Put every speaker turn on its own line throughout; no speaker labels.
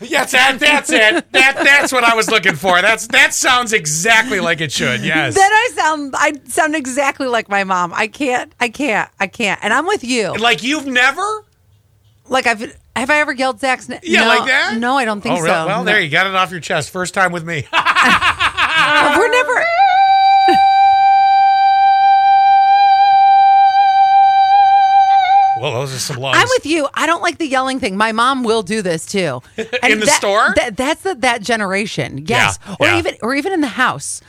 Yes, that, that's it. That that's what I was looking for. That's that sounds exactly like it should. Yes.
Then I sound I sound exactly like my mom. I can't. I can't. I can't. And I'm with you.
like you've never.
Like I've have I ever yelled Zach's name?
Yeah,
no,
like that?
No, I don't think
oh,
so.
really? Well,
No.
there you got it off your chest. First time with me.
Uh, We're never.
well, those are some lungs.
I'm with you. I don't like the yelling thing. My mom will do this too.
In the
that-
store?
that- that's the, that generation. Yes.
Yeah,
or
yeah.
even or even in the house.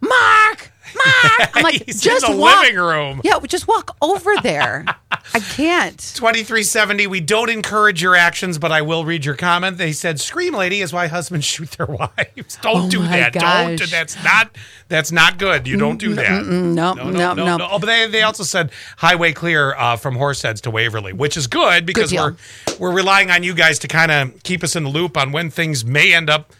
Mark, Mark. I'm like,
He's in
just
the
walk.
living room.
Yeah, just walk over there. I can't.
2370, we don't encourage your actions, but I will read your comment. They said, Scream lady is why husbands shoot their wives. Don't
Oh
do
my
that. Don't do
gosh.
that's not that's not good. You don't do that.
Mm, No, no, no.
Oh, but they, they also said highway clear uh, from Horseheads to Waverly, which is good because
deal.
we're we're relying on you guys to kind of keep us in the loop on when things may end up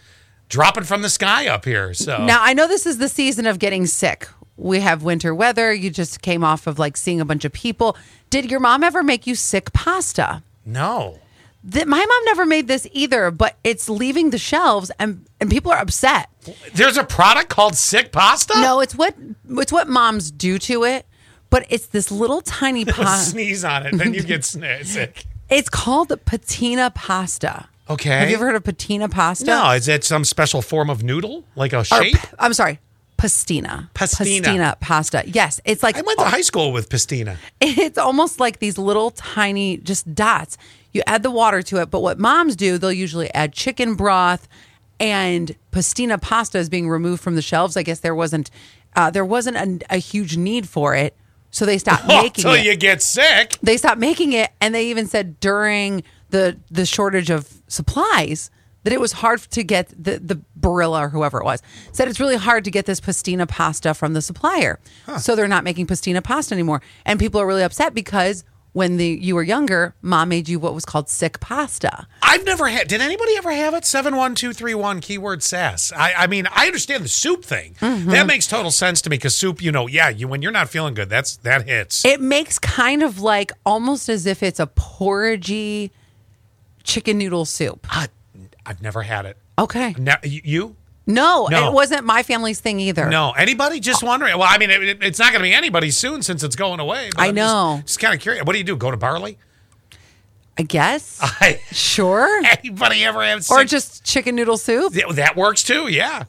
dropping from the sky up here. So
Now I know this is the season of getting sick. We have winter weather. You just came off of like seeing a bunch of people. Did your mom ever make you sick pasta?
no.
That my mom never made this either, but it's leaving the shelves and and people are upset.
There's a product called sick pasta?
No, it's what it's what moms do to it, but it's this little tiny pasta.
Sneeze on it, then you get sn- sick.
It's called patina pasta.
Okay.
Have you ever heard of patina pasta?
No, is it some special form of noodle, like a shape?
P- I'm sorry. Pastina.
Pastina.
Pastina pasta. Yes. It's like
I went to high school with pastina.
it's almost like these little tiny just dots. You add the water to it, but what moms do, they'll usually add chicken broth and pastina pasta is being removed from the shelves. I guess there wasn't uh, there wasn't a, a huge need for it, so they stopped making
Until
it.
you get sick.
they stopped making it and they even said during the the shortage of supplies that it was hard to get the the Barilla or whoever it was said it's really hard to get this pastina pasta from the supplier. So they're not making pastina pasta anymore and people are really upset because when the you were younger, mom made you what was called sick pasta.
I've never had. Did anybody ever have it? Seven one two three one keyword sass. I, I mean, I understand the soup thing.
Mm-hmm.
That makes total sense to me because soup, you know, yeah, you when you're not feeling good, that's that hits.
It makes kind of like almost as if it's a porridgey chicken noodle soup.
I, I've never had it.
Okay.
Now, you- you?
No,
No.
it wasn't my family's thing either.
No. Anybody? Just wondering. Well, I mean, it, it- it's not going to be anybody soon since it's going away. but
I
I'm just-
know.
Just, kind of curious. What do you do? Go to barley?
I guess.
Ah.
sure.
anybody ever have?
or
sick-
just chicken noodle soup.
Yeah, that works too. Yeah.